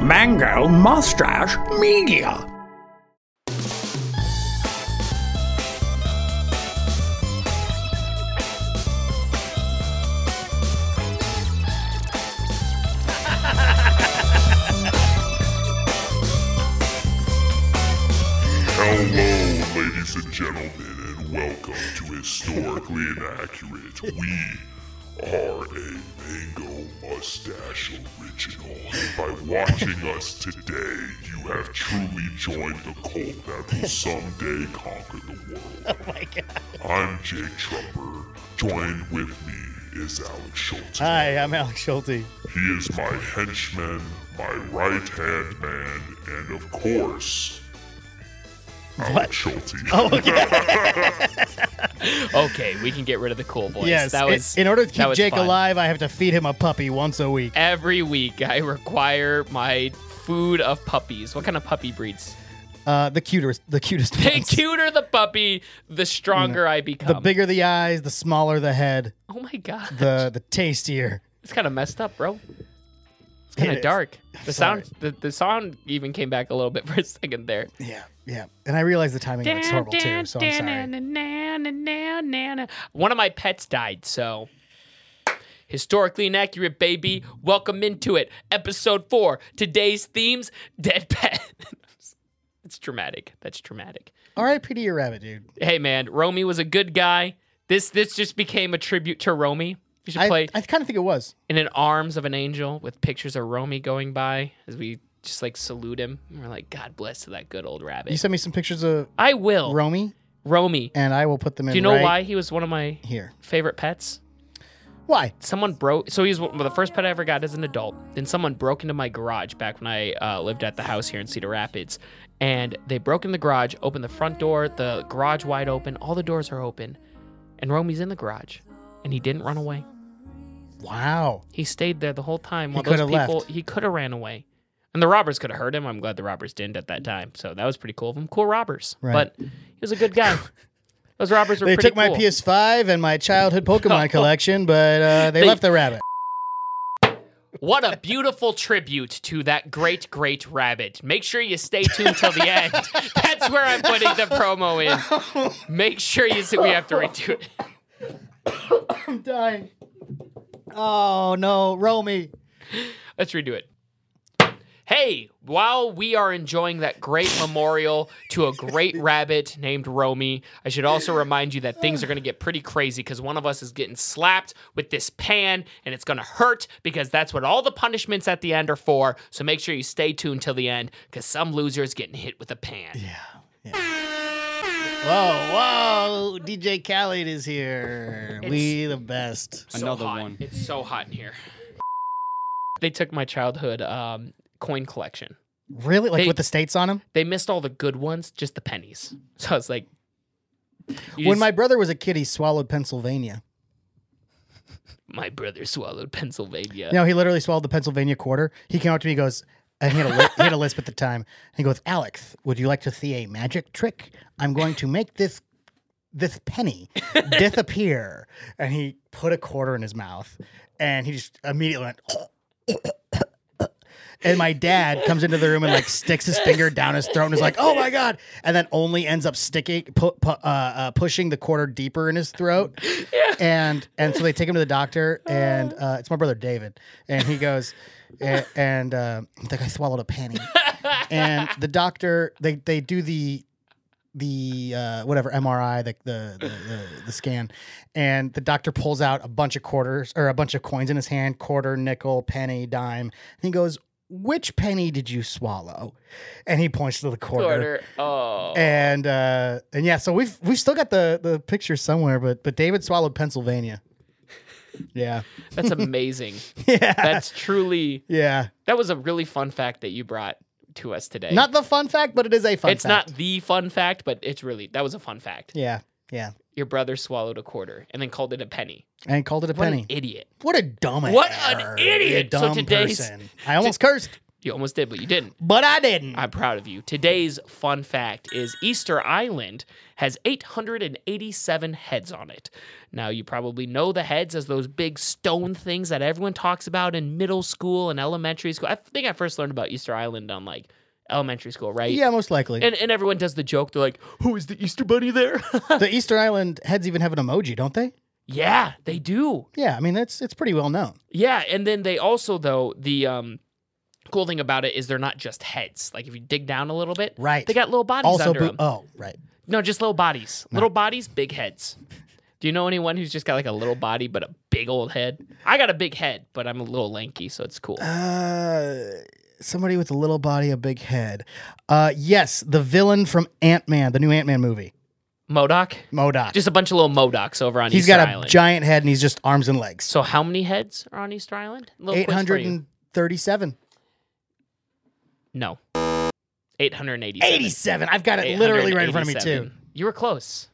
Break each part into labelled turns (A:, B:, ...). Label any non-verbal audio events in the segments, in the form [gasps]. A: Mango Mustache Media.
B: Hello, ladies and gentlemen, and welcome to Historically Inaccurate. We are a Mango Mustache Original. And by watching us today, you have truly joined a cult that will someday conquer the world.
C: Oh my god.
B: I'm Jake Trumper. Joined with me is Alex Schultz.
C: Hi, I'm Alex Schulte.
B: He is my henchman, my right hand man, and of course, Alex Schulte.
D: Okay, we can get rid of the cool voice.
C: yes,
D: that
C: in-
D: was
C: in, order to
D: that
C: keep
D: was
C: Jake
D: fun.
C: alive, I have to feed him a puppy once a week.
D: Every week, I require my food of puppies. What kind of puppy breeds?
C: Uh, the cutest, the cutest.
D: The
C: ones.
D: cuter the puppy, the stronger I become.
C: Mm. The bigger the eyes, the smaller the head,
D: oh my god,
C: the the tastier.
D: it's kind of messed up, bro. It's kind
C: It
D: of
C: is.
D: dark. The
C: Sorry.
D: sound, the, the sound even came back a little bit [laughs] for a second there.
C: Yeah, yeah. And I realize the timing looks horrible too, so I'm sorry.
D: One of my pets died, so historically inaccurate, baby. Welcome into it. Episode four. Today's themes: dead pet. [laughs] it's dramatic. That's dramatic.
C: R.I.P. to your rabbit, dude.
D: Hey man, Romy was a good guy. This this just became a tribute to Romy. We should
C: I,
D: play
C: I kind of think it was.
D: in an arms of an angel with pictures of Romy going by as we just like salute him. And we're like, God bless to that good old rabbit.
C: You sent me some pictures of
D: I will.
C: Romy,
D: Romy.
C: and I will put them in.
D: Oh. Do you know
C: right
D: why he was one of my
C: Here.
D: favorite pets?
C: Why?
D: Someone broke. So he was well, the first pet I ever got as an adult. Then someone broke into my garage back when I uh, lived at the house here in Cedar Rapids, and they broke in the garage, opened the front door, the garage wide open, all the doors are open, and Romy's in the garage, and he didn't run away.
C: Wow.
D: He stayed there the whole time. While
C: coulda
D: those people,
C: left.
D: he could have ran away, and the robbers could have hurt him. I'm glad the robbers didn't at that time. So that was pretty cool of him. Cool robbers,
C: Right.
D: but he was a good guy.
C: [laughs]
D: Those robbers were
C: They
D: pretty
C: took my
D: cool.
C: PS5 and my childhood
D: [laughs]
C: Pokemon collection, but uh, they
D: They-
C: left the rabbit.
D: What a beautiful tribute to that great, great rabbit. Make sure you stay tuned till the end. That's where I'm putting the promo in. Make sure you see we have to redo it.
C: I'm dying. Oh no, Romy.
D: Let's redo it. Hey, while we are enjoying that great memorial to a
E: [laughs]
D: great rabbit named Romy, I should also remind you that things are going to get pretty crazy because one of us is getting slapped with this pan and it's going to hurt because that's what all the punishments at the end are for. So make sure you stay tuned till the end because some loser is getting hit with a pan.
C: Whoa, whoa! DJ Khaled is here. we the best.
D: So
E: Another
D: hot.
E: one.
D: It's so hot in here. They took my childhood um, coin collection.
C: Really? Like
D: They-
C: with the states on him?
D: They missed all the good ones, just the pennies. So I was like, you
C: When
D: just-
C: my brother was a kid, he swallowed Pennsylvania.
D: my brother swallowed Pennsylvania.
C: No, he literally swallowed the Pennsylvania quarter. He came up to me, he goes, and he had, a li- he had a lisp at the time. He goes, Alex, would you like to see a magic trick? I'm going to make this this [laughs] penny disappear. And he put a quarter in his mouth, and he just immediately went. And my dad comes into the room and like sticks his finger down his throat and is like, "Oh my god!" And then only ends up sticking, pu- pu- uh, uh, pushing the quarter deeper in his throat. And and so they take him to the doctor, and uh, it's my brother David, and he goes, and, and uh, he's like, "I swallowed a penny."
D: [laughs]
C: and the doctor, they they do the the uh, whatever MRI, the the, the the the scan, and the doctor pulls out a bunch of quarters or a bunch of coins in his hand, quarter, nickel, penny, dime, and he goes, "Which penny did you swallow?" And he points to the quarter.
D: Quarter. Oh.
C: And uh, and yeah, so we've we've still got the the picture somewhere, but but David swallowed
D: [laughs]
C: Pennsylvania. Yeah, [laughs]
D: That's amazing.
C: yeah,
D: That's truly,
C: yeah.
D: that was a really fun fact that you brought to us today.
C: Not the fun fact, but it is a fun.
D: it's
C: fact.
D: not the fun fact, but it's really, that was a fun fact.
C: Yeah, yeah.
D: Your brother swallowed a quarter and then called it a penny.
C: And called it a
D: What
C: penny.
D: an idiot.
C: What a dumb
D: What an
C: error,
D: idiot.
C: You
D: So
C: dumb
D: today's- [laughs]
C: person. I almost cursed.
D: You almost did, but you didn't.
C: But I didn't.
D: I'm proud of you. Today's fun fact is Easter Island has 887 heads on it. Now, you probably know the heads as those big stone things that everyone talks about in middle school and elementary school. I think I first learned about Easter Island on like elementary school, right?
C: yeah, most likely.
D: And, [laughs] and everyone does the joke. They're like, who is the Easter Bunny there? [laughs]
C: the Easter Island heads even have an emoji, don't they?
D: yeah, they do.
C: Yeah, I mean that's it's pretty well known.
D: Yeah, and then they also though the um cool thing about it is they're not just heads. Like if you dig down a little bit,
C: Right.
D: They got little bodies
C: Also,
D: under
C: bo-
D: them.
C: oh right,
D: No, just little bodies. Little bodies, big heads. Do you know anyone who's just got like a little body but a big old head? I got a big head, but I'm a little lanky, so it's cool.
C: uh, somebody with a little body, a big head. Uh, yes, the villain from Ant Man, the new Ant Man movie,
D: Modoc,
C: Modoc.
D: just a bunch of little Modocs over on
C: he's
D: Easter
C: got a
D: Island.
C: giant head and he's just arms and legs.
D: so how many heads are on Easter Island? Little
C: Eight
D: quiz for
C: hundred
D: you.
C: and thirty-seven.
D: no, eight hundred eighty-seven.
C: 87. I've got it literally right in front of me too.
D: 887. You were close,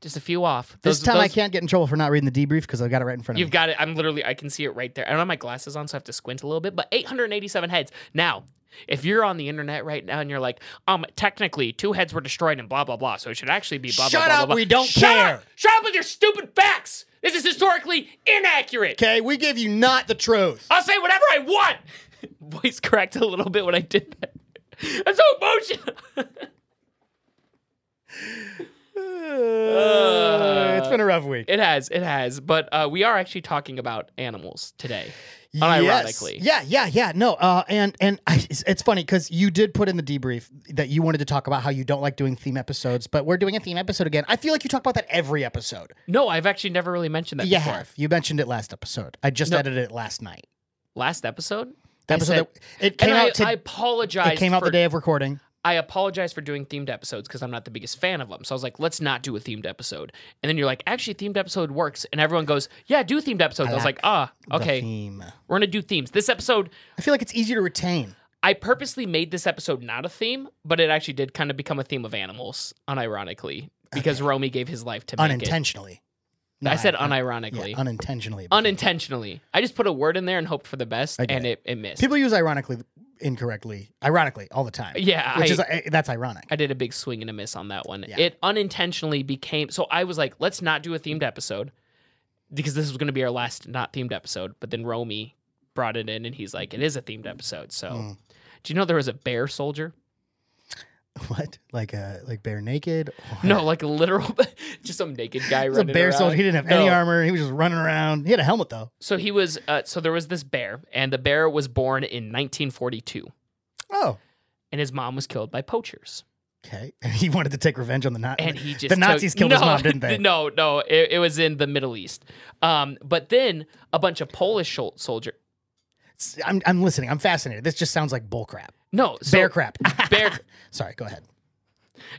D: just a few off.
C: This
D: Those-
C: time I
D: those-
C: can't get in trouble for not reading the debrief because I've got it right in front of
D: You've
C: me.
D: got it. I'm literally, I can see it right there. I don't have my glasses on, so I have to squint a little bit, but 887 heads. Now, if you're on the internet right now and you're like, um, technically two heads were destroyed and blah, blah, blah, so it should actually be blah, blah,
C: Shut
D: blah,
C: up,
D: blah, blah.
C: we don't
D: Shut
C: care.
D: Up, shut up with your stupid facts. This is historically inaccurate.
C: Okay, we give you not the truth.
D: I'll say whatever I want. [laughs] Voice cracked a little bit when I did that. [laughs] I'm so emotional. [laughs]
C: Uh, it's been a rough week.
D: It has, it has. But uh, we are actually talking about animals today.
C: Yes.
D: Uh, Unironically.
C: Yeah, yeah, yeah. No, uh, and and I, it's, it's funny because you did put in the debrief that you wanted to talk about how you don't like doing theme episodes, but we're doing a theme episode again. I feel like you talk about that every episode.
D: No, I've actually never really mentioned that
C: You
D: before.
C: have. You mentioned it last episode. I just edited it last night.
D: Last episode?
C: The
D: I
C: episode
D: said-
C: that, it came
D: and I,
C: out. to,
D: I apologize.
C: it came out
D: for,
C: the day of recording.
D: I apologize for doing themed episodes because I'm not the biggest fan of them. So I was like, let's not do a themed episode. And then you're like, actually, themed episode works. And everyone goes, yeah, do themed episodes. I, was
C: like
D: like, ah,
C: the
D: okay,
C: theme.
D: we're gonna do themes. This episode,
C: I feel like it's easier to retain.
D: I purposely made this episode not a theme, but it actually did kind of become a theme of animals, unironically, because Romy gave his life to make
C: unintentionally.
D: it.
C: No,
D: I said
C: un- yeah,
D: unironically.
C: unintentionally.
D: Unintentionally, I just put a word in there and hoped for the best, and it, it missed.
C: People use ironically incorrectly, ironically all the time.
D: Yeah,
C: which
D: I-
C: is uh, that's ironic.
D: I did a big swing and a miss on that one.
C: Yeah.
D: It unintentionally became so I was like, let's not do a themed episode because this was going to be our last not themed episode. But then Romy brought it in and he's like, it is a themed episode. So
C: Hmm.
D: do you know there was a bear
C: [laughs]
D: soldier?
C: what? Like a like bare naked?
D: No, like a literal, [laughs] just some naked guy
C: He was a
D: running
C: bear
D: around.
C: soldier. He didn't have any
D: No.
C: armor. He was just running around. He had a helmet though.
D: So he was. Uh, so there was this bear, and the bear was born in 1942,
C: Oh,
D: and his mom was killed by poachers.
C: okay. [laughs] And he wanted to take revenge on the Nazis.
D: and he just
C: the
D: took-
C: Nazis killed his
D: No,
C: mom,
D: [laughs]
C: didn't they?
D: No, no, it, it was in the Middle East. Um, but then a bunch of Polish shol- soldier.
C: S- I'm I'm listening. I'm fascinated. This just sounds like bull crap.
D: No, so
C: Bear crap.
D: [laughs] Bear.
C: Sorry, go ahead.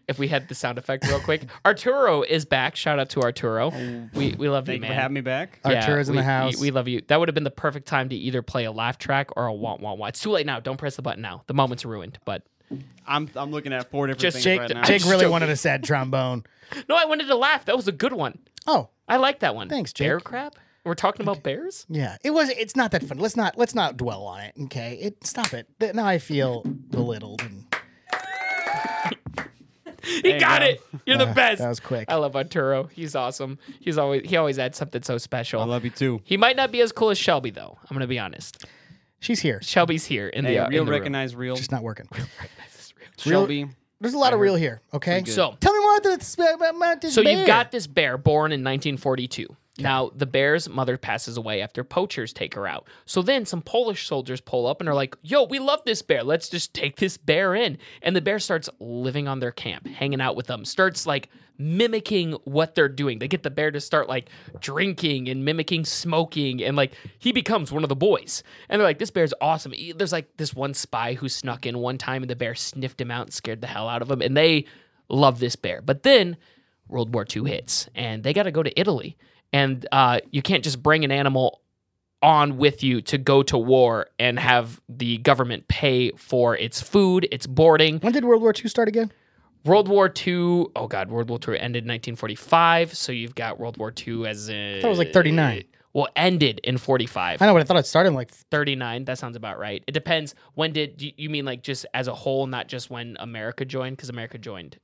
D: If we had the sound effect
C: [laughs]
D: real quick, Arturo is back. Shout out to Arturo. We we love you,
E: Oh, Thank you
D: man.
E: for having me back.
D: Yeah,
C: Arturo's in
D: we-
C: the house.
D: We, we love you. That would have been the perfect time to either play a laugh track or a want want want. It's too late now. Don't press the button now. The moment's ruined. But
E: I'm I'm looking at four different
D: Just
E: things
D: Jake-
E: right now.
D: I'm
C: Jake
D: just
C: really
D: joking.
C: wanted a sad trombone.
D: no, I wanted to laugh. That was a good one.
C: Oh,
D: I like that one.
C: Thanks,
D: Bear
C: Jake.
D: crap. We're talking
C: [laughs]
D: about bears.
C: Yeah, it was. It's not that fun. Let's not. Let's not dwell on it. Okay, it stop it. Th- Now I feel belittled. And
D: He
E: you
D: got
E: go.
D: it. You're the
C: Ah, [laughs]
D: best.
C: That was quick.
D: I love Arturo. He's awesome. He's always he always adds something so special.
E: I love you too.
D: He might not be as cool as Shelby though. I'm gonna be honest.
C: She's here.
D: Shelby's here in
E: Hey,
D: the uh,
E: real
D: in the room.
E: recognize real.
C: She's not working.
E: Shelby.
C: There's a lot of real here. Okay,
E: good.
D: So-
C: tell me more about this. About this
D: So you've
C: bear.
D: got this bear born in 1942. Now the bear's mother passes away after poachers take her out. So then some Polish soldiers pull up and are like, "Yo, we love this bear. Let's just take this bear in." And the bear starts living on their camp, hanging out with them. Starts like mimicking what they're doing. They get the bear to start like drinking and mimicking smoking and like he becomes one of the boys. And they're like, "This bear's awesome." He- There's like this one spy who snuck in one time and the bear sniffed him out and scared the hell out of him. And they love this bear. But then World War II hits, and they got to go to Italy. And uh, you can't just bring an animal on with you to go to war and have the government pay for its food, its boarding.
C: When did World War II start again?
D: World War II, oh God, World War II ended in 1945. So you've got World War II as in.
C: it was like 39.
D: Well, ended in 45.
C: I know, but I thought it started in like
D: 39. That sounds about right. It depends. When did do you- you mean like just as a whole, not just when America joined? Because America joined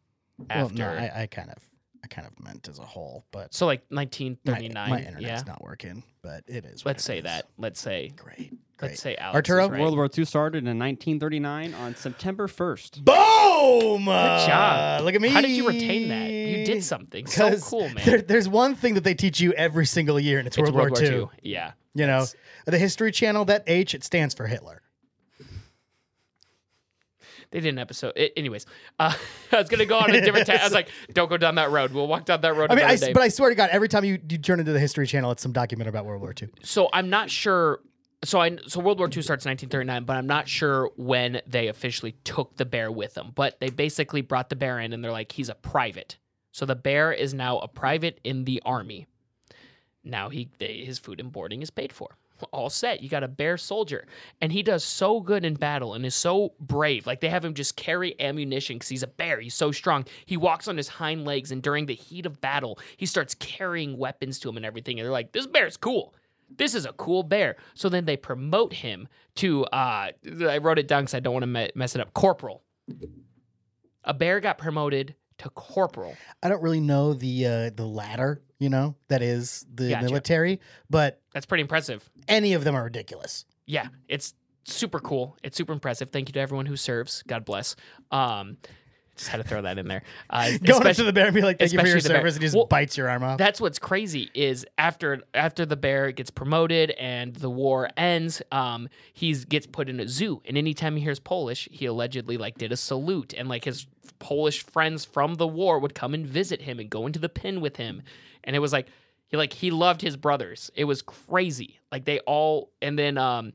D: after.
C: Well, no, I, I kind of, I kind of meant as a whole, but
D: so like
C: my,
D: 1939.
C: my internet's
D: yeah.
C: not working. But it is. what
D: Let's
C: it
D: say
C: is.
D: that. Let's say.
C: Great.
D: Let's
C: Great.
D: say Alex
C: Arturo?
D: Is right.
E: World War II started in 1939 on September 1st.
C: Boom! Uh,
D: Good job.
C: look at me.
D: How did you retain that? You did something so
C: 'Cause
D: cool, man.
C: there- there's one thing that they teach you every single year, and it's,
D: it's
C: World, War II.
D: II. Yeah.
C: You know, the History Channel. That H it stands for Hitler.
D: They did an episode. a- anyways, uh, [laughs] I was gonna go on a
C: [laughs]
D: different. Ta- I was like, "Don't go down that road. We'll walk down that road."
C: I mean, I,
D: another
C: s-
D: day.
C: but I swear to God, every time you, you turn into the History Channel, it's some document about World War II.
D: so I'm not sure. So I so World War II starts in 1939, but I'm not sure when they officially took the bear with them. But they basically brought the bear in, and they're like, he's a private. So the bear is now a private in the army. Now he they, his food and boarding is paid for. All set. You got a bear soldier, and he does so good in battle and is so brave. Like they have him just carry ammunition because he's a bear. He's so strong. He walks on his hind legs, and during the heat of battle, he starts carrying weapons to him and everything. And they're like, "This bear's cool. This is a cool bear." So then they promote him to. Uh, I wrote it down because I don't want to me- mess it up. Corporal. A bear got promoted to corporal.
C: I don't really know the uh, the ladder, you know, that is the
D: Gotcha.
C: military, but
D: That's pretty impressive.
C: any of them are ridiculous. [laughs]
D: yeah, it's super cool. It's super impressive. Thank you to everyone who serves. God bless. Um, just had to throw that in there.
C: [laughs]
D: Uh,
C: Going up to
D: especially-
C: the bear and be like, "Thank you for your
D: especially the bear.
C: service," and he just
D: Well,
C: bites your arm off.
D: that's what's crazy is after after the bear gets promoted and the war ends, um, he gets put in a zoo. And anytime he hears Polish, he allegedly like did a salute, and like his Polish friends from the war would come and visit him and go into the pen with him. And it was like he like he loved his brothers. It was crazy. Like they all and then um.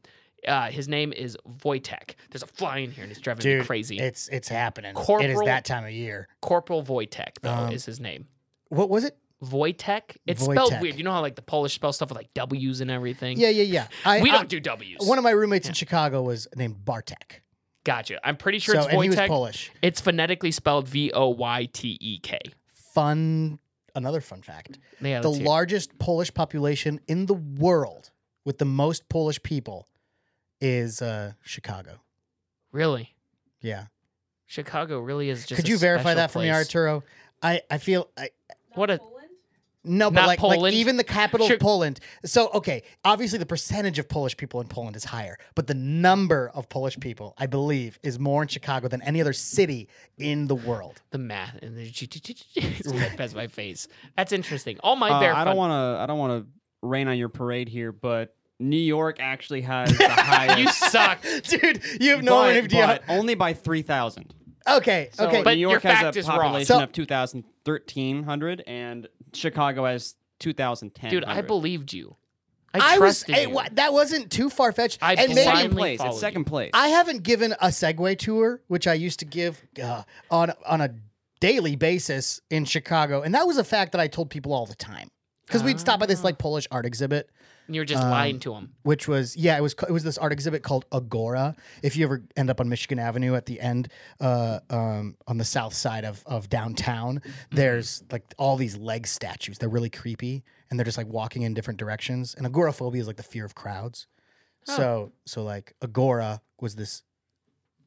D: Uh, his name is Wojtek. There's a fly in here and it's driving me
C: Dude,
D: crazy.
C: It's it's happening. it is
D: Corporal-
C: that time of year.
D: Corporal Wojtek, though,
C: Um,
D: is his name.
C: What was it?
D: Wojtek. It's spelled
C: Wojtek.
D: weird. You know how like the Polish spell stuff with like W's and everything.
C: Yeah, yeah, yeah. I,
D: we
C: I-
D: don't do W's.
C: One of my roommates in Chicago was named Bartek.
D: gotcha. I'm pretty sure
C: so,
D: it's
C: and he was
D: Wojtek.
C: Polish.
D: It's phonetically spelled V O Y T E K.
C: Fun. Another fun fact:
D: Yeah,
C: the
D: let's hear-
C: largest Polish population in the world, with the most Polish people, is uh, Chicago.
D: really
C: Yeah.
D: Chicago really is just.
C: Could
D: a
C: you verify
D: special
C: that for me,
D: place.
C: Arturo? I I feel I,
D: What a
C: No, but
D: Not
C: like, like
D: Poland?
C: even the capital
D: Sure.
C: of Poland. So okay, obviously the percentage of Polish people in Poland is higher, but the number of Polish people, I believe, is more in Chicago than any other city in the world.
D: the math and the it's right past my face. That's interesting. All my
E: Uh,
D: bear.
E: I
D: fun-
E: don't want to. I don't want to rain on your parade here, but New York actually has the
D: [laughs]
E: highest.
D: You
E: [laughs]
C: [laughs]
D: suck.
C: Dude, you have
E: but,
C: no idea.
E: but only by three thousand.
C: okay,
E: So
C: okay.
D: But
E: New
D: your
E: York
D: fact
E: has a
D: is wrong.
E: population
C: So-
E: of 2,300, and Chicago has 2,010.
D: Dude, I believed you. I,
C: I was
D: trusted
C: eh,
D: you.
C: wa- that wasn't too far fetched.
D: I
C: And
E: It's
D: blindly
C: maybe
E: second place.
D: followed
E: It's second place.
C: I haven't given a Segway tour, which I used to give uh, on on a daily basis in Chicago, and that was a fact that I told people all the time because we'd stop by this like Polish art exhibit.
D: And You're just lying to him.
C: which was yeah it was it was this art exhibit called agora if you ever end up on michigan avenue at the end uh, um, on the south side of, of downtown there's like all these leg statues they're really creepy and they're just like walking in different directions and agoraphobia is like the fear of crowds so so like agora was this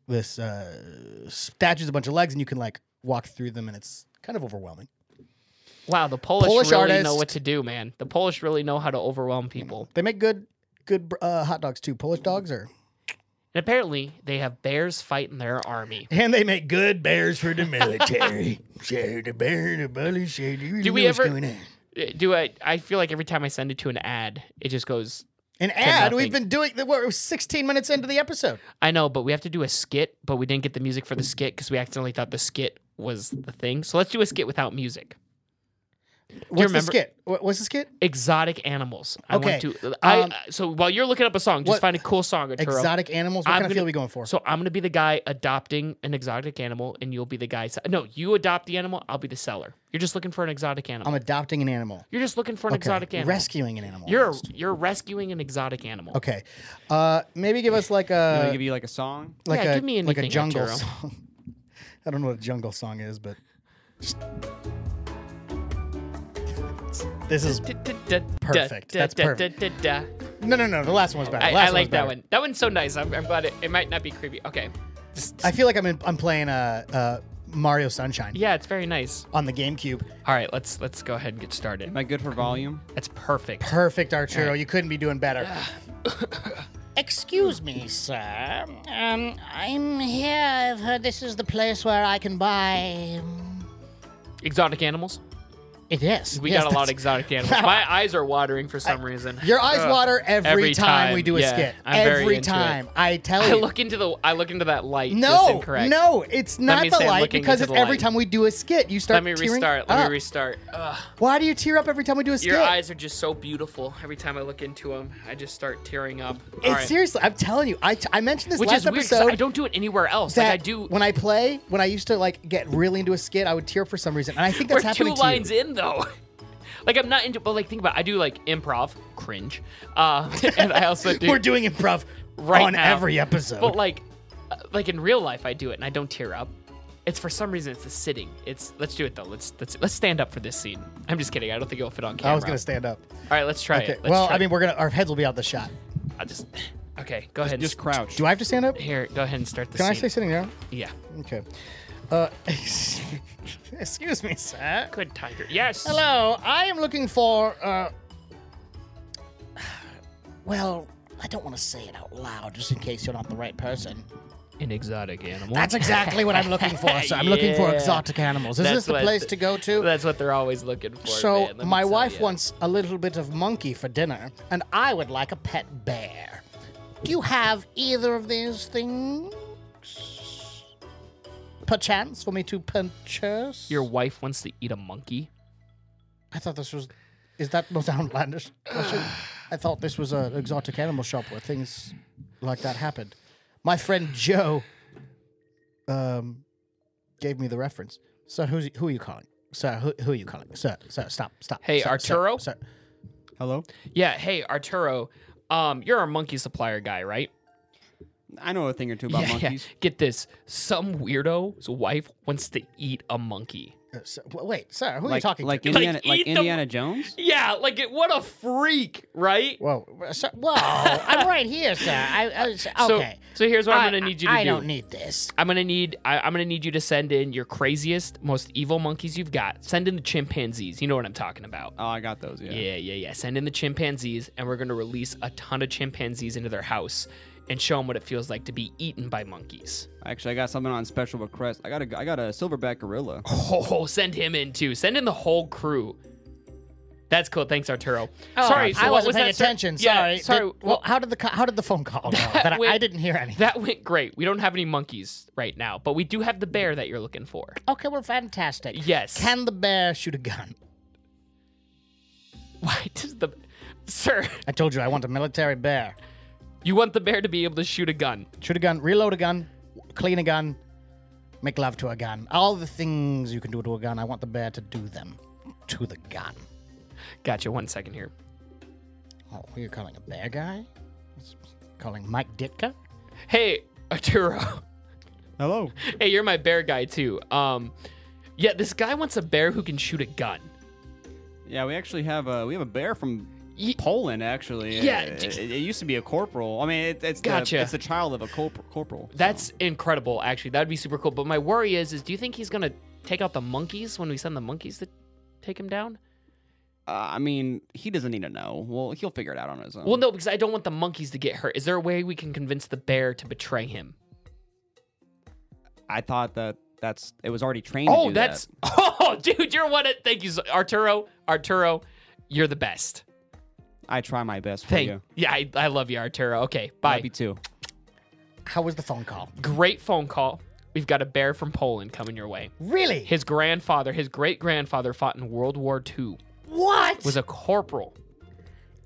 C: this uh, statues a bunch of legs and you can like walk through them and it's kind of overwhelming
D: Wow, the Polish,
C: Polish
D: really know
C: artist-
D: what to do, man. The Polish really know how to overwhelm people.
C: they make good good uh, hot dogs too polish dogs are
D: And apparently, they have bears fighting their army.
C: And they make good bears for the military. [laughs] share the bear, the bully, share the
D: Do we ever- Uh, Do I? I feel like every time I send it to an ad, it just goes.
C: An ad.
D: nothing.
C: We've been doing the we're 16 minutes into the episode.
D: I know, but we have to do a skit, but we didn't get the music for the skit because we accidentally thought the skit was the thing. So let's do a skit without music.
C: What's the
D: remember-
C: skit? Wha- What's the skit?
D: Exotic animals. I
C: Okay,
D: want to. I, uh,
C: um,
D: so while you're looking up a song, just
C: what-
D: find a cool song. Arturo.
C: Exotic animals. What
D: I'm
C: kind of
D: gonna-
C: field are we going for?
D: So I'm gonna be the guy adopting an exotic animal, and you'll be the guy. se- No, you adopt the animal. I'll be the seller. You're just looking for an exotic animal.
C: I'm adopting an animal.
D: you're just looking for an
C: Okay.
D: exotic animal.
C: Rescuing an animal.
D: You're
C: almost.
D: you're rescuing an exotic animal.
C: okay. Uh, maybe give us like
E: You want me
C: a
E: to give you like a song.
C: like
D: Yeah,
C: a
D: give me
C: like a
D: anything,
C: jungle
D: Arturo.
C: song. [laughs] I don't know what a jungle song is, but This is Perfect. That's perfect. no, no, no. The last one was better.
D: I,
C: The last
D: I
C: one was
D: like that
C: better.
D: one. That one's so nice. I'm, I'm glad it, it might not be creepy. Okay. Just-
C: I feel like I'm in, I'm playing uh, uh, Mario Sunshine
D: yeah, it's very nice.
C: on the GameCube.
D: All right, let's let's go ahead and get started.
E: Am I good for volume?
D: That's perfect.
C: Perfect, Arturo. You couldn't be doing better. [laughs] Excuse me, sir. Um, I'm here. I've heard this is the place where I can buy. um,
D: Exotic animals.
C: It is.
D: We
C: Yes,
D: got a lot
C: that's-
D: of exotic
C: [laughs]
D: animals. My eyes are watering for some reason.
C: Your eyes
D: Ugh.
C: water every,
D: Every
C: time,
D: time.
C: we do a
D: Yeah,
C: skit.
D: I'm very
C: every
D: into it.
C: time. I tell
D: [laughs] I
C: you.
D: look into the I look into that light. That's
C: no,
D: incorrect.
C: no, it's not
D: me
C: the
D: say I'm
C: light
D: looking
C: because
D: into
C: it's
D: the
C: every
D: light.
C: time we do a skit, you start.
D: Let me
C: tearing
D: restart. Let
C: up.
D: me restart. Ugh.
C: Why do you tear up every time we do a skit?
D: Your eyes are just so beautiful. Every time I look into them, I just start tearing up. All
C: It's
D: right.
C: seriously, I'm telling you. I, t- I mentioned this
D: Which
C: last
D: is weird 'cause
C: episode.
D: I don't do it anywhere else.
C: that
D: like I do.
C: when I play, when I used to like get really into a skit, I would tear for some reason, and I think
D: We're
C: that's
D: two
C: happening to
D: lines
C: you.
D: in though. [laughs] Like I'm not into, but like think about. It. I do like improv, cringe, uh, [laughs] and
C: [laughs]
D: I also do.
C: We're doing improv
D: Right
C: on
D: now.
C: every episode.
D: But like, uh, like in real life, I do it and I don't tear up. It's for some reason it's the sitting. It's let's do it though. Let's let's let's stand up for this scene. I'm just kidding. I don't think it'll fit on camera.
C: I was gonna stand up.
D: All right, let's try
C: Okay.
D: it. Let's
C: Well,
D: try
C: I mean, we're gonna our heads will be out the shot.
D: it. I'll just [sighs] okay. Go ahead. and
E: Just
D: s-
E: crouch.
C: Do I have to stand up? Can
D: here. Go ahead and start the
C: I
D: scene.
C: stay sitting down?
D: yeah.
C: Okay. Uh, [laughs] excuse me, sir.
D: Good tiger. Yes.
C: Hello, I am looking for. Uh, [sighs] well, I don't want to say it out loud, just in case you're not the right person.
D: An exotic animal.
C: That's exactly what I'm looking for. So I'm looking for
D: [laughs] Yeah.
C: exotic animals. Is
D: That's
C: this the
D: what
C: place
D: the-
C: to go to?
D: That's what they're always looking for.
C: So
D: man, let me
C: my
D: tell
C: wife
D: ya.
C: wants a little bit of monkey for dinner, and I would like a pet bear. Do you have either of these things? Perchance for me to purchase?
D: Your wife wants to eat a monkey.
C: I thought this was. Is that most [laughs] outlandish? question? I thought this was an exotic animal shop where things like that happened. My friend Joe um, gave me the reference. So who's, who are you calling? Sir, who, who are you calling? Sir, sir, stop, stop.
D: Hey,
C: sir, sir,
D: Arturo?
C: sir.
E: Hello?
D: Yeah. Hey, Arturo. Um, you're a monkey supplier
C: [laughs]
D: guy, right?
E: I know a thing or two about monkeys.
D: Get this. Some weirdo's wife wants to eat a monkey.
C: Uh, so, w- wait, sir, who are you
E: Like,
C: talking
E: like
C: to?
E: Indiana,
D: [laughs] Like,
E: like
D: eat the-
E: Indiana Jones?
D: Yeah, like it, what a freak, right?
C: Whoa, uh, sir, whoa, I'm right here, sir. I, I was- okay.
D: [laughs] So, so here's what I,
C: I,
D: am gonna need you to
C: I
D: do.
C: don't need this.
D: I'm gonna need I, I'm gonna need you to send in your craziest, most evil monkeys you've got. Send in the chimpanzees. You know what I'm talking about.
E: Oh, I got those. Yeah.
D: Yeah, yeah, yeah. Send in the chimpanzees, and we're gonna release a ton of chimpanzees into their house and show them what it feels like to be eaten by monkeys.
E: Actually, I got something on special request. I got a, I got a silverback gorilla.
D: Oh, send him in too. Send in the whole crew. That's cool. Thanks, Arturo.
C: Oh,
D: sorry,
C: I
D: what
C: wasn't
D: was
C: paying
D: that, sir?
C: attention.
D: Yeah,
C: sorry.
D: sorry.
C: Did-
D: well,
C: well, how did the co- how did the phone
D: [laughs]
C: call go? That I- I
D: went-
C: didn't hear anything.
D: That went great. We don't have any monkeys right now, but we do have the bear that you're looking for. [laughs]
C: Okay, well, fantastic.
D: Yes.
C: Can the bear shoot a gun?
D: Why does the sir?
C: I told you I want a military bear.
D: You want the bear to be able to shoot a gun?
C: Shoot a gun, reload a gun, clean a gun, make love to a gun. All the things you can do to a gun, I want the bear to do them to the gun.
D: Gotcha. One second here.
C: Oh, who are you calling a bear guy? Calling Mike Ditka?
D: Hey, Arturo. [laughs]
E: Hello.
D: Hey, you're my bear guy too. Um, yeah, this guy wants a bear who can shoot a gun.
E: Yeah, we actually have a we have a bear from
D: Ye-
E: Poland. Actually,
D: Yeah,
E: it,
D: d-
E: it- it used to be a corporal. I mean, it, it's
D: Gotcha.
E: the, it's the child of a corp- corporal. so.
D: That's incredible. Actually, that'd be super cool. But my worry is, is do you think he's gonna take out the monkeys when we send the monkeys to take him down?
E: Uh, I mean, he doesn't need to know. Well, he'll figure it out on his own.
D: Well, no, because I don't want the monkeys to get hurt. Is there a way we can convince the bear to betray him?
E: I thought that that's it was already trained. to
D: Oh,
E: do
D: that's
E: that.
D: [laughs] oh, dude, you're one. Of, thank you, so- Arturo. Arturo, you're the best.
E: I try my best for
D: Thank
E: you.
D: yeah, I, I love you, Arturo. Okay,
E: Bye.
D: bye.
E: Love you too.
C: How was the phone call?
D: Great phone call. We've got a bear from Poland coming your way.
C: Really?
D: His grandfather, his great grandfather, fought in World War II.
C: what?
D: Was a corporal.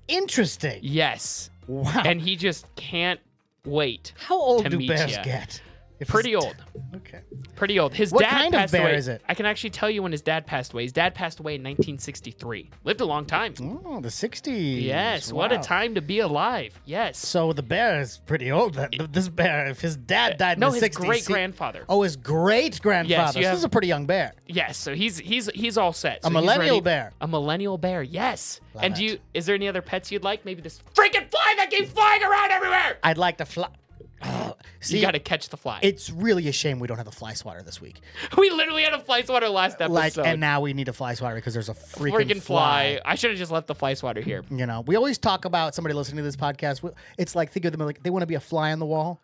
C: Interesting.
D: Yes,
C: Wow.
D: [laughs] and he just can't wait.
C: How old
D: to
C: do
D: meet
C: bears
D: ya.
C: get? If
D: Pretty
C: it's-
D: old.
C: Okay.
D: Pretty old. His
C: What
D: dad
C: kind of
D: passed
C: bear
D: away.
C: is it?
D: I can actually tell you when his dad passed away. His dad passed away in 1963. Lived a long time.
C: Oh, the 60s.
D: Yes, what a
C: Wow.
D: time to be alive. Yes.
C: So the bear is pretty old. Then. Th- [laughs] This bear, if his dad died
D: No,
C: in the
D: his
C: 60s.
D: great
C: he-
D: grandfather.
C: Oh, his great grandfather.
D: Yes, you
C: so
D: have-
C: this is a pretty young bear.
D: Yes, so he's he's he's all set. So
C: A
D: he's
C: millennial
D: ready-
C: bear.
D: A millennial bear. Yes.
C: Love
D: and
C: it.
D: do you is there any other pets you'd like? Maybe this freaking fly that keeps flying around everywhere.
C: I'd like to fly. Ugh. [sighs] see,
D: you got to catch the fly.
C: it's really a shame we don't have a fly swatter this week.
D: [laughs] we literally had a fly swatter last episode.
C: Like, and now we need a fly swatter because there's a freaking,
D: freaking fly. I should have just left the fly swatter here.
C: You know, we always talk about somebody listening to this podcast. we- It's like think of them like they want to be a fly on the wall.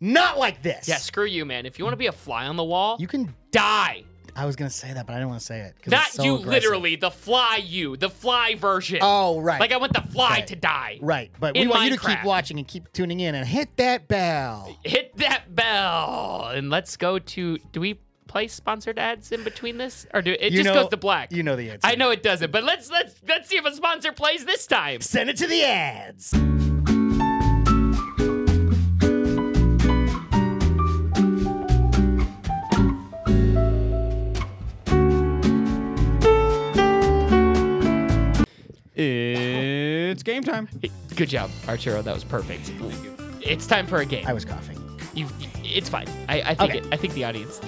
C: Not like this.
D: Yeah, screw you, man. If you want to be a fly on the wall,
C: you can.
D: die.
C: I was gonna say that, but I didn't want to say it. 'cause
D: Not
C: it's so
D: you,
C: aggressive.
D: literally. The fly, you, the fly version.
C: Oh, right.
D: Like I want the fly
C: Okay.
D: to die.
C: Right, but we
D: In
C: want you to keep
D: Minecraft.
C: watching and keep tuning in and hit that bell.
D: Hit that bell and let's go to. Do we play sponsored ads in between this, or do it
C: You
D: just
C: know-
D: goes to black?
C: You know the answer.
D: I know it doesn't, but let's let's let's see if a sponsor plays this time.
C: Send it to the ads.
E: It's game time.
D: Good job, Arturo. That was perfect. It's time for a game.
C: I was coughing.
D: You, it's fine. I, I think
C: Okay.
D: it, I think the audience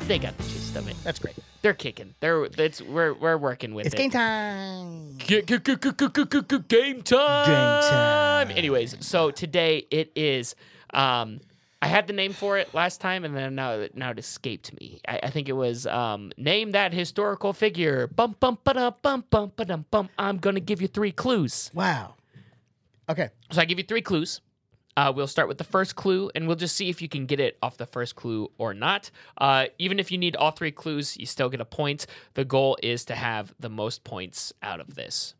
D: they got the gist of it.
C: That's great.
D: They're kicking. They're that's we're we're working with
C: It's
D: it.
C: game time.
D: G- g- g- g- g- g- g- Game time.
C: time.
D: Anyways, so today it is. Um, I had the name for it last time, and then now it- now it escaped me. I, I think it was um, name that historical figure. Bum bum ba dum bum bum ba dum bum. I'm gonna give you three clues.
C: Wow. Okay.
D: So I give you three clues. Uh, we'll start with the first clue, and we'll just see if you can get it off the first clue or not. Uh, even if you need all three clues, you still get a point. The goal is to have the most points out of this.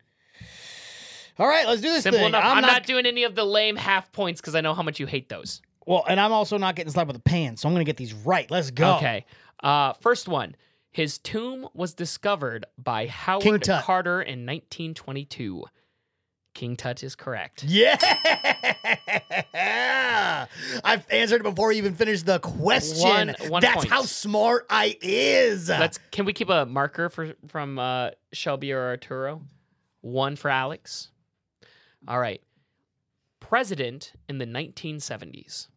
C: All right, let's do this
D: Simple
C: thing.
D: enough. I'm, not, doing any of the lame half points because I know how much you hate those.
C: well, and I'm also not getting slapped with a pan, so I'm gonna get these right. Let's go.
D: Okay. Uh, first one. His tomb was discovered by
C: King
D: Howard
C: Tut.
D: Carter in 1922. King Tut is correct.
C: Yeah. [laughs] I've answered it before you even finished the question.
D: One- one
C: That's
D: point.
C: how smart I is.
D: Let's. Can we keep a marker for from uh, Shelby or Arturo? One for Alex. All right. President in the 1970s.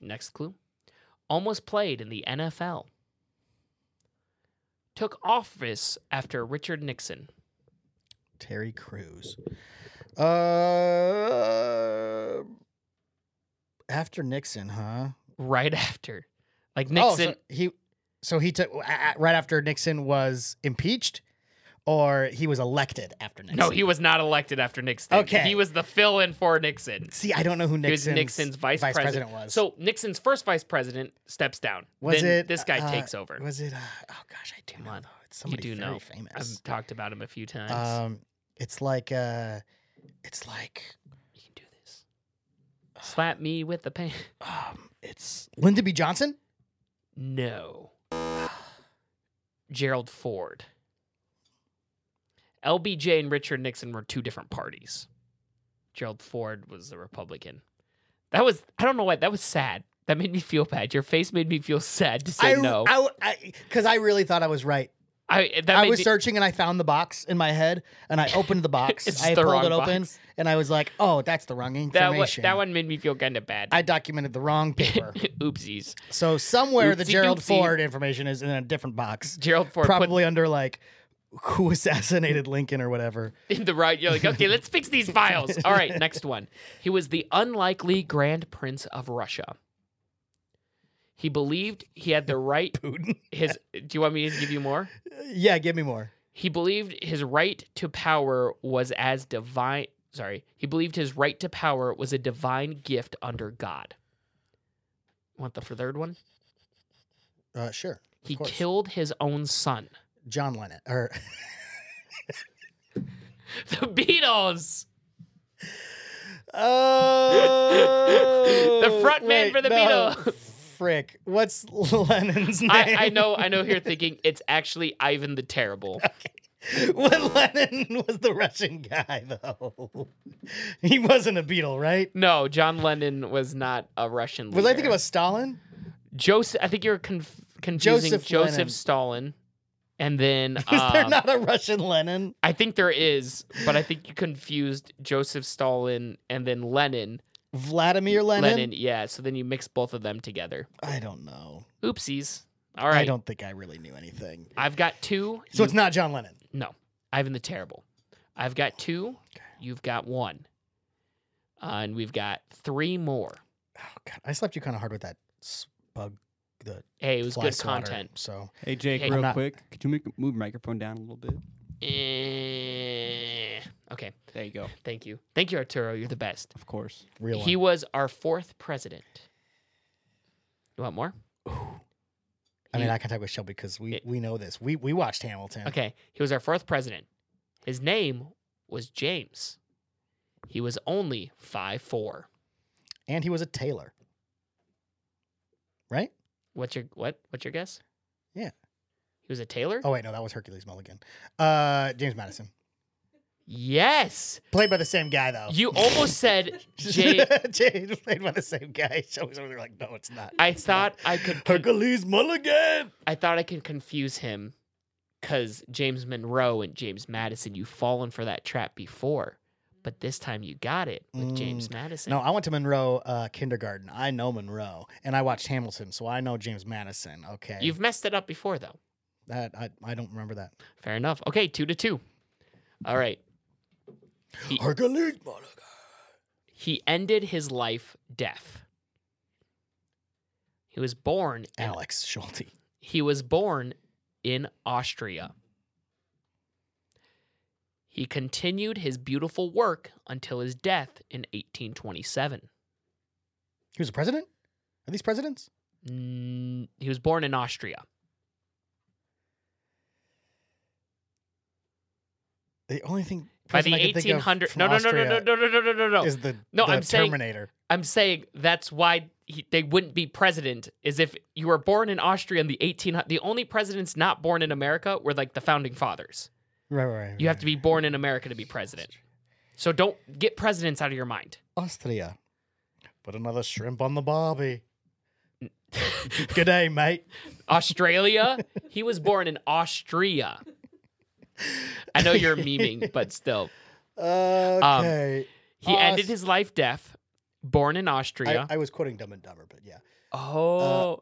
D: Next clue. Almost played in the NFL. Took office after Richard Nixon.
C: Terry Crews. Uh after Nixon, huh?
D: Right [laughs] after, like
C: Oh,
D: Nixon.
C: so he so he took a- a- right after Nixon was impeached or he was elected after Nixon.
D: no, he was not elected after Nixon.
C: Okay.
D: he was the fill-in for Nixon.
C: See, I don't know who
D: He was
C: Nixon's,
D: Nixon's vice, president.
C: was.
D: So Nixon's first vice president steps down.
C: was
D: Then
C: it
D: this guy
C: uh,
D: takes over?
C: Was it? Uh, oh gosh, I do
D: Come
C: not
D: on.
C: know. It's somebody
D: you do
C: very
D: know.
C: famous.
D: I've talked about him a few times.
C: Um, it's like uh, it's like
D: you can do this. Slap me with the pan. [laughs]
C: um, it's Lyndon B. Johnson.
D: No. [sighs] Gerald Ford. LBJ and Richard Nixon were two different parties. Gerald Ford was the Republican. That was I don't know why that was sad. That made me feel bad. Your face made me feel sad to
C: I
D: say no.
C: because I, really thought I was right.
D: I, that
C: I
D: made
C: was
D: me-
C: searching and I found the box in my head and I opened
D: [laughs]
C: the box.
D: It's
C: I
D: the
C: pulled
D: wrong
C: it open
D: box.
C: and I was like, oh, that's the wrong
D: that one,
C: information.
D: that one made me feel kind of bad.
C: I documented the wrong
D: [laughs]
C: paper.
D: Oopsies.
C: so somewhere the
D: Oopsie
C: Gerald
D: doopsie.
C: Ford information is in a different box,
D: Gerald Ford put
C: probably under like who assassinated Lincoln or whatever.
D: in the right. You're like, okay, let's fix these files. All right, next one. He was the unlikely Grand Prince of Russia. He believed he had the right.
C: [laughs] Putin.
D: His. Do you want me to give you more?
C: Yeah, give me more.
D: He believed his right to power was as divine. Sorry, he believed his right to power was a divine gift under God. Want the third one?
C: Uh, sure.
D: He
C: course.
D: killed his own son. [laughs]
C: John Lennon. Or
D: The Beatles.
C: [laughs] oh,
D: The front man for the Beatles.
C: Frick, what's Lennon's name? [laughs]
D: I, I know, I know. You're thinking it's actually Ivan the Terrible.
C: When Lennon was the Russian guy, though, [laughs] he wasn't a Beatle, right?
D: No, John Lennon was not a Russian. Leader.
C: Was I thinking about Stalin? [laughs]
D: Joseph? I think you're conf- confusing
C: Joseph
D: Joseph,
C: Lennon.
D: Stalin, and
C: [laughs]
D: then
C: Is there
D: um,
C: not a Russian Lennon?
D: I think there is, but I think you confused Joseph Stalin and then Lenin.
C: Vladimir Lennon?
D: Lenin, yeah. So then you mix both of them together.
C: I don't know.
D: Oopsies. All
C: I
D: right,
C: don't think I really knew anything.
D: I've got two.
C: So it's not John Lennon.
D: No, Ivan the Terrible. I've got two.
C: Okay.
D: You've got one. Uh, and we've got three more.
C: Oh God, I slept you kind of hard with that s- bug. The
D: Hey, it was
C: fly
D: good
C: swatter,
D: content.
C: So
E: Hey Jake,
D: Hey,
E: real
C: I'm not-
E: quick, could you make, move your microphone down a little bit?
D: Eh, okay,
E: There you go.
D: thank you. Thank you, Arturo. You're the best.
E: Of course.
C: real.
D: He
C: one.
D: was our fourth president. You want more?
C: I mean,
D: he-
C: I can talk with Shelby because we
D: it-
C: we know this. We we watched Hamilton.
D: Okay, he was our fourth president. His name was James. He was only five four.
C: And he was a tailor. Right?
D: What's your what? What's your guess?
C: Yeah.
D: He was a tailor.
C: Oh wait, no, that was Hercules Mulligan. Uh, James Madison,
D: Yes.
C: played by the same guy though. [laughs]
D: You almost said J.
C: James played by the same guy. [laughs] Shelby's over there like, no, it's not.
D: I
C: It's not.
D: thought I could. con-
C: Hercules Mulligan.
D: I thought I could confuse him, because James Monroe and James Madison. You've fallen for that trap before, but this time you got it with James Madison.
C: Mm, No, I went to Monroe uh, kindergarten. I know Monroe, and I watched Hamilton, so I know James Madison. Okay,
D: You've messed it up before though.
C: that I, I don't remember that.
D: Fair enough. Okay, two to two. All right.
C: [gasps]
D: He-
C: Hercules Mulligan.
D: He ended his life deaf. He was born in,
C: Alex Schulte.
D: he was born in Austria. He continued his beautiful work until his death in 1827.
C: He was a president. Are these presidents?
D: Mm, he was born in Austria.
C: The only thing
D: By the
C: president I can think of
D: 1800
C: from
D: no no, no no
C: Austria
D: no no no no no no no.
C: is the
D: No,
C: the
D: I'm saying-
C: Terminator.
D: I'm saying that's why he, they wouldn't be president. Is if you were born in Austria in the 18 the only presidents not born in America were like the founding fathers.
C: Right, right, right.
D: You have to be born in America to be president. So don't get presidents out of your mind.
C: Austria. Put another shrimp on the
D: [laughs]
C: barbie. G'day, mate. [laughs]
D: Australia. he was born in Austria. I know you're memeing, Um, but still,
C: [laughs] Okay.
D: he
C: Aus-
D: ended his life deaf, born in Austria.
C: I, I was quoting Dumb and Dumber, but yeah,
D: oh,
C: uh,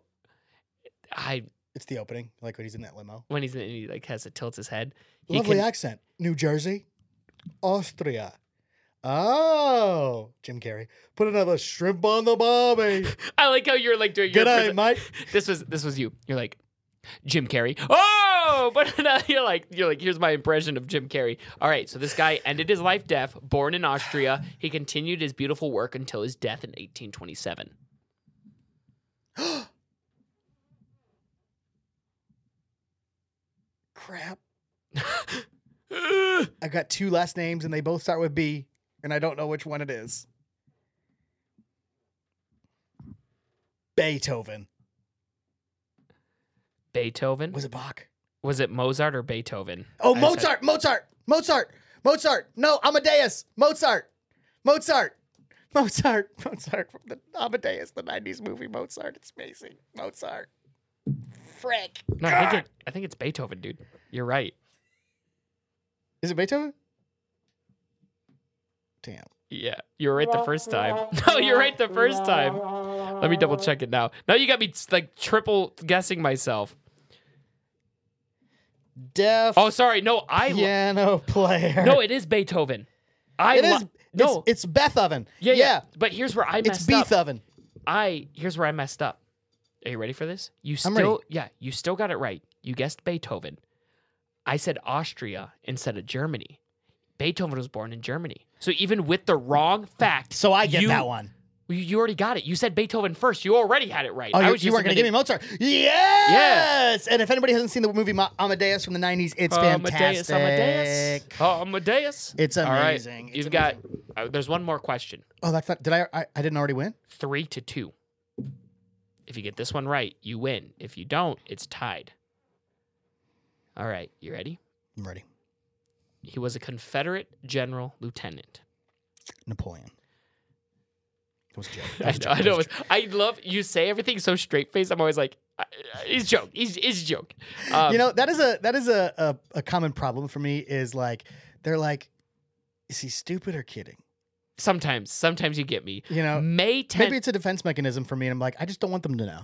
D: I
C: it's the opening, like when he's in that limo.
D: when he's in, he like has to tilt his head. He
C: Lovely
D: can-
C: accent. New Jersey, Austria. Oh, Jim Carrey. Put another shrimp on the barbie.
D: I like how [laughs] you're like doing your
C: G'day,
D: presen- [laughs]
C: mate.
D: this was this was you. You're like Jim Carrey. Oh, [laughs] but now you're like you're like here's my impression of Jim Carrey. All right, so this guy ended his life deaf, born in Austria. He continued his beautiful work until his death in 1827.
C: [gasps] Crap. I've got two last names, and they both start with B, and I don't know which one it is. Beethoven.
D: Beethoven? Was
C: Was
D: it,
C: it Bach?
D: Mozart or Beethoven?
C: Oh,
D: I just
C: Mozart,
D: had-
C: Mozart, Mozart, Mozart. No, Amadeus, Mozart, Mozart, Mozart, [laughs] Mozart from the Amadeus, the 90s movie Mozart. It's amazing. Mozart. Frick.
D: No, I think, it, I think it's Beethoven, dude. You're right.
C: Is it Beethoven? Damn.
D: Yeah, you were right the first time. [laughs] No, you're right the first time. Let me double check it now. Now you got me like triple guessing myself.
C: Deaf
D: Oh, sorry. No, I li-
C: piano player.
D: No, it is Beethoven. I
C: it
D: li-
C: is.
D: no.
C: It's, it's Beth Oven.
D: yeah, yeah,
C: yeah.
D: But here's where I
C: It's
D: messed
C: Beef
D: up.
C: Oven.
D: I here's where I messed up. Are you ready for this? You
C: I'm
D: still
C: ready.
D: yeah, you still got it right. You guessed Beethoven. I said Austria instead of Germany. Beethoven was born in Germany. So even with the wrong fact,
C: So I get
D: you-
C: that one.
D: You, you already got it. You said Beethoven first. You already had it right.
C: Oh,
D: I
C: you,
D: was
C: you
D: just
C: weren't going to give me
D: admitting-
C: Mozart. Yes. And if anybody hasn't seen the movie Ma- Amadeus from the 90s, it's
D: Amadeus,
C: fantastic.
D: Amadeus. Amadeus.
C: It's
D: All right,
C: amazing. It's
D: You've got. Uh, there's one more question.
C: Oh, that's not. Did I, I? I didn't already win.
D: Three to two. If you get this one right, you win. If you don't, it's tied. All right, you ready?
C: I'm ready.
D: He was a Confederate general
C: [laughs]
D: lieutenant.
C: Napoleon. It was a joke. That was a
D: [laughs] I know, I
C: joke.
D: know. I love you say everything so straight faced. I'm always like, "Uh, uh, it's joke. It's, it's joke. Um,
C: you know that is a that is a, a a common problem for me is like they're like, is he stupid or kidding?
D: sometimes, sometimes you get me.
C: You know,
D: May 10th.
C: maybe it's a defense mechanism for me, and I'm like, I just don't want them to know.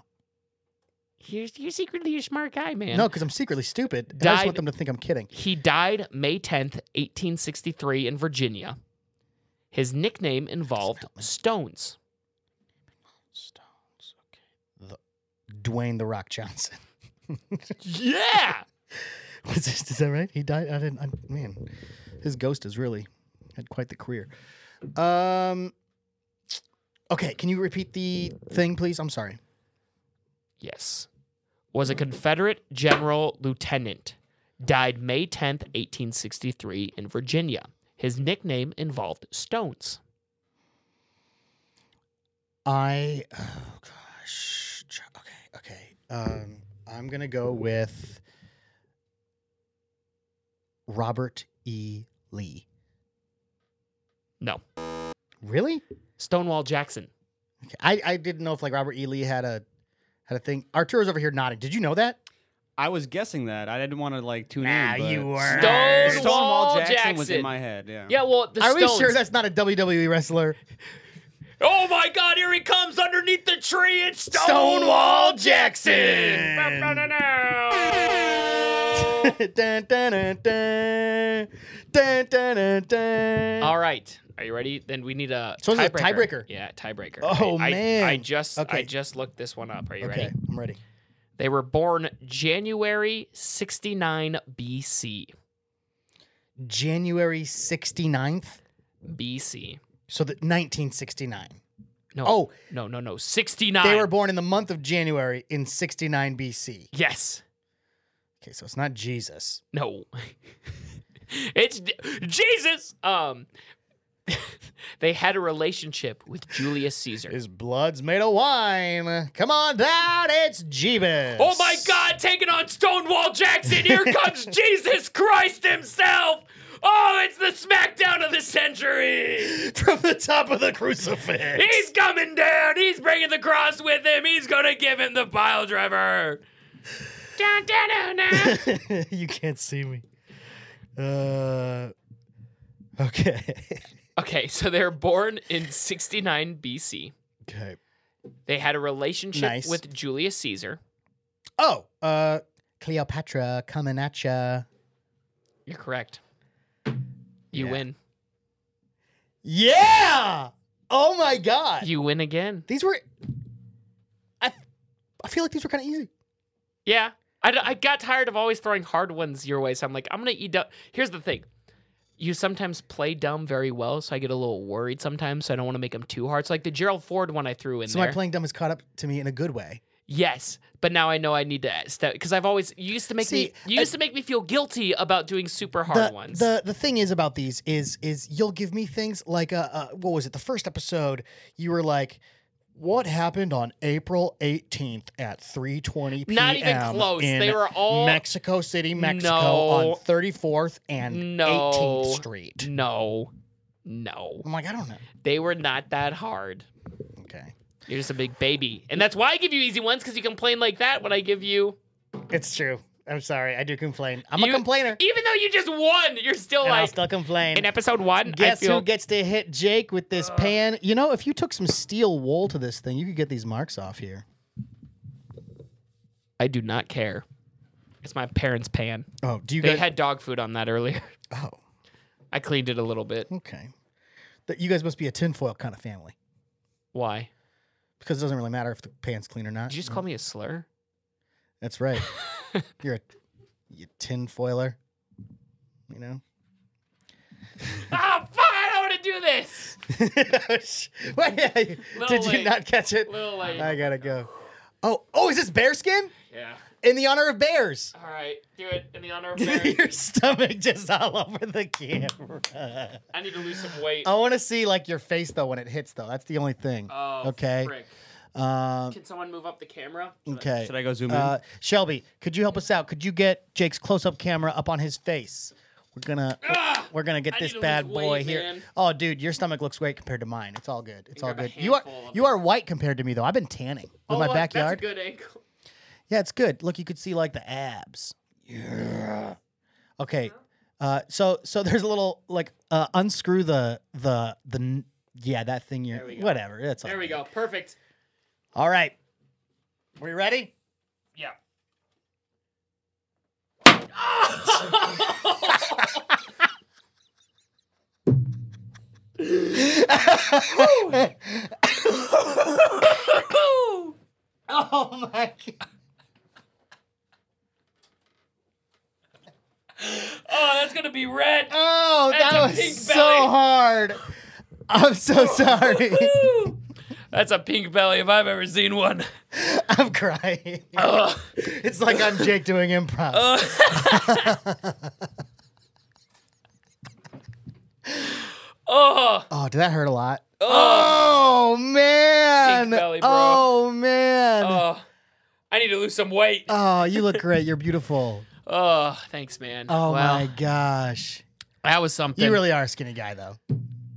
D: you're, you're secretly a smart guy, man.
C: No, because I'm secretly stupid. And I just
D: Died-
C: want them to think I'm kidding.
D: He died May 10th, 1863, in Virginia. His nickname involved
C: help me. [laughs]
D: stones.
C: Stones. Okay. The Dwayne the Rock Johnson. [laughs]
D: Yeah.
C: Was this, is that right? He died. I didn't. I, man, his ghost has really had quite the career. Um. Okay, can you repeat the thing, please? I'm sorry.
D: yes. Was a Confederate general lieutenant. Died May 10th, 1863, in Virginia. His nickname involved stones.
C: I oh gosh. Ch- Okay, okay. Um, I'm gonna go with Robert E. Lee.
D: No.
C: Really?
D: Stonewall Jackson.
C: Okay. I, I didn't know if like Robert E. Lee had a had a thing. Arturo's over here nodding. Did you know that?
E: I was guessing that. I didn't want to like tune
C: Nah,
E: in. but-
C: you weren't.
D: Stonewall
E: Stonewall Jackson, was
D: Jackson.
E: in my head. Yeah.
D: Yeah, well, the
C: Are
D: stones.
C: we sure that's not a WWE wrestler?
D: oh my God! Here he comes underneath the tree. It's
C: Stonewall
D: Stonewall Jackson.
C: [laughs] [laughs] dun, dun, dun, dun. Dun, dun, dun, dun.
D: All right. Are you ready? Then we need a
C: So it's a tiebreaker.
D: Yeah, tiebreaker.
C: Oh,
D: I, I-
C: man.
D: I, just I
C: Okay.
D: just looked this one up. Are you
C: okay,
D: ready?
C: I'm ready.
D: They were born January 69 BC.
C: January 69th.
D: BC.
C: So the 1969.
D: No.
C: Oh.
D: no no no 69.
C: They were born in the month of January in 69 BC.
D: yes.
C: Okay, so it's not Jesus.
D: No. it's Jesus. Um [laughs] they had a relationship with Julius Caesar.
C: His blood's made of wine. Come on down, it's Jeebus.
D: Oh my God, taking on Stonewall
C: [laughs]
D: Jackson. Here comes Jesus Christ himself. Oh, it's the SmackDown of the century.
C: From the top of the crucifix.
D: He's coming down. He's bringing the cross with him. He's going to give him the pile driver. Dun, dun, dun,
C: [laughs]
D: dun.
C: you can't see me. Uh, okay. [laughs]
D: okay, so they're born in 69 BC.
C: okay.
D: They had a relationship
C: Nice.
D: with Julius Caesar.
C: Oh, uh, Cleopatra coming at ya.
D: You're correct. You
C: Yeah.
D: win.
C: Yeah. Oh my God.
D: You win again.
C: these were. I, I feel like these were kind of easy.
D: Yeah. I, I got tired of always throwing hard ones your way. So I'm like, I'm going to eat dumb. Here's the thing you sometimes play dumb very well. So I get a little worried sometimes. So I don't want to make them too hard. So, like the Gerald Ford one I threw in
C: So
D: there.
C: my playing dumb has caught up to me in a good way.
D: yes. But now I know I need to step because I've always, you used to make me,
C: See, uh,
D: you used to make me feel guilty about doing super hard
C: the,
D: ones.
C: The the thing is about these is is you'll give me things like uh, uh what was it the first episode you were like what happened on April 18th at 3:20 p.m.
D: Not even close.
C: in
D: They were all-
C: Mexico City, Mexico
D: No.
C: on 34th and
D: No.
C: 18th Street.
D: no, no,
C: I'm like I don't know.
D: they were not that hard.
C: Okay.
D: You're just a big baby. And that's why I give you easy ones because you complain like that when I give you.
C: It's true. I'm sorry. I do complain. I'm
D: You-
C: a complainer.
D: Even though you just won, you're still
C: And I
D: like,
C: still complain.
D: in episode one,
C: Guess
D: I feel Uh.
C: who gets to hit Jake with this pan? You know, if you took some steel wool to this thing, you could get these marks off here.
D: I do not care. It's my parents' pan.
C: Oh, do you
D: They
C: guys?
D: had dog food on that earlier. [laughs]
C: oh,
D: I cleaned it a little bit.
C: Okay. That you guys must be a tinfoil kind of family
D: Why?
C: because it doesn't really matter if the pan's clean or not.
D: Did you just call me a slur?
C: That's right. You're a you tinfoiler. You know.
D: [laughs]
C: [laughs]
D: Ah, fuck! I don't want to do this.
C: Wait, did you
D: late.
C: not catch it?
D: Little late.
C: I gotta go. Oh, oh, is this bearskin
D: Yeah.
C: in the honor of bears?
D: All right. Do it in the honor of Mary.
C: [laughs] Your stomach just [laughs] all over the camera.
D: I need to lose some weight.
C: I want to see like your face though when it hits though. That's the only thing.
D: Oh,
C: okay.
D: frick.
C: Um,
D: Can someone move up the camera?
C: okay.
E: Should I go zoom in?
C: Uh, Shelby, could you help us out? Could you get Jake's close up camera up on his face? We're gonna we're gonna get
D: Ah! I
C: this
D: need to
C: bad
D: lose
C: boy
D: weight,
C: here.
D: man.
C: Oh, dude, your stomach looks great compared to mine. It's all good. It's all
D: grab a
C: good. You are
D: handful of
C: you are white compared to me though. I've been tanning with
D: Oh,
C: my
D: look,
C: backyard.
D: That's a good angle.
C: Yeah, it's good. Look, you could see like the abs. Yeah. Okay. Uh, so so there's a little like uh, unscrew the the the n- yeah that thing you're
D: we go.
C: whatever. That's all
D: There we
C: good.
D: go. Perfect.
C: All right. We ready?
D: Yeah.
C: [laughs] oh my god.
D: Oh, that's gonna be red.
C: Oh,
D: That's a
C: that was
D: pink
C: so
D: belly.
C: hard. I'm so
D: [laughs]
C: sorry.
D: That's a pink belly if I've ever seen one. [laughs]
C: I'm crying. It's like I'm Jake doing improv.
D: Oh,
C: oh, did that hurt a lot? Oh, man.
D: Pink belly, bro.
C: Oh man.
D: oh, I need to lose some weight.
C: Oh, you look great. You're beautiful.
D: Oh, thanks, man.
C: Oh
D: Well,
C: my gosh.
D: that was something.
C: You really are a skinny guy though.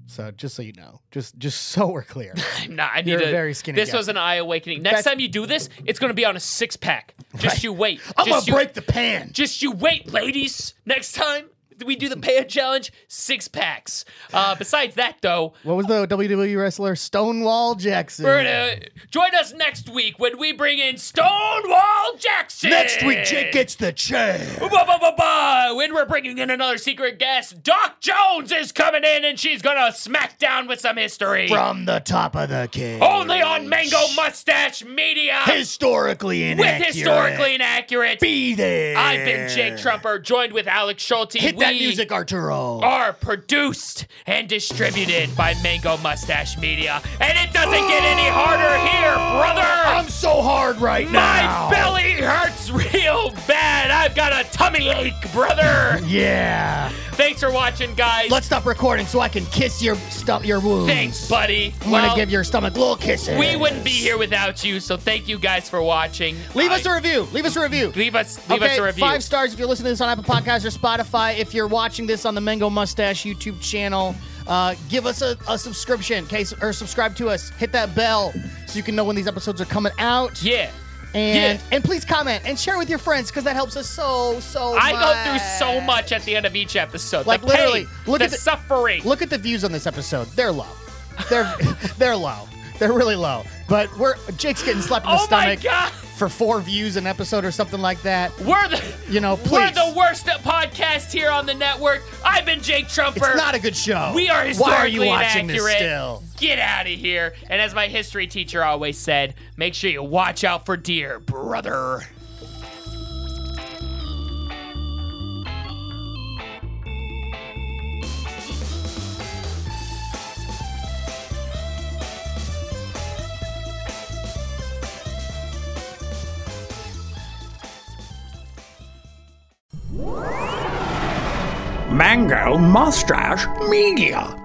C: So just so you know, just just so we're
D: [laughs]
C: clear.
D: I'm not. I need
C: You're
D: to.
C: a very skinny
D: This
C: guy.
D: was an eye awakening. Next
C: That's-
D: time you do this, it's gonna be on a six pack. Just you wait.
C: I'm gonna
D: Just you-
C: break the pan.
D: Just you wait, ladies. Next time we do the pan challenge, six packs. Uh, besides that, though,
C: What was the WWE wrestler Stonewall Jackson?
D: we're gonna join us next week when we bring in Stonewall Jackson.
C: Next week, Jake gets the chair.
D: Ba, ba, ba, ba. When we're bringing in another secret guest, Doc Jones is coming in and she's gonna smack down with some history.
C: From the top of the cage.
D: Only on Mango Mustache Media
C: Historically
D: with
C: inaccurate.
D: historically inaccurate.
C: Be there.
D: I've been Jake Trumper, joined with Alex Schulte.
C: Hit
D: we
C: that music, Arturo.
D: are produced and distributed by Mango Mustache Media, and it doesn't get any harder here, brother.
C: I'm so hard right now.
D: My belly hurts [laughs] real bad. I've got a tummy ache, brother.
C: [laughs] Yeah.
D: Thanks for watching, guys.
C: Let's stop recording so I can kiss your stump, your wounds.
D: Thanks, buddy.
C: I'm gonna give your stomach little kisses.
D: we wouldn't be here without you, so thank you guys for watching.
C: Leave us
D: I-
C: a review. Leave us a review.
D: leave us leave
C: okay,
D: us a review.
C: Five stars if you're listening to this on Apple Podcasts or Spotify. If you're watching this on the Mango Mustache YouTube channel, uh, give us a, a subscription, okay, s- or subscribe to us. Hit that bell so you can know when these episodes are coming out.
D: yeah.
C: And
D: yeah.
C: and please comment and share with your friends because that helps us so so.
D: I
C: much.
D: go through so much at the end of each episode.
C: Like,
D: the pain,
C: literally, look
D: the,
C: at the-
D: suffering.
C: Look at the views on this episode. They're low. They're [laughs] they're low. They're really low. But we're Jake's getting slapped in the
D: Oh my
C: stomach
D: God.
C: for four views an episode or something like that.
D: We're the
C: You know,
D: we're
C: please.
D: the worst podcast here on the network. I've been Jake Trumper.
C: It's not a good show.
D: we are historically
C: Why are you watching
D: inaccurate.
C: this still?
D: Get out of here! And as my history teacher always said, make sure you watch out for deer, brother.
A: Mango Mustache Media.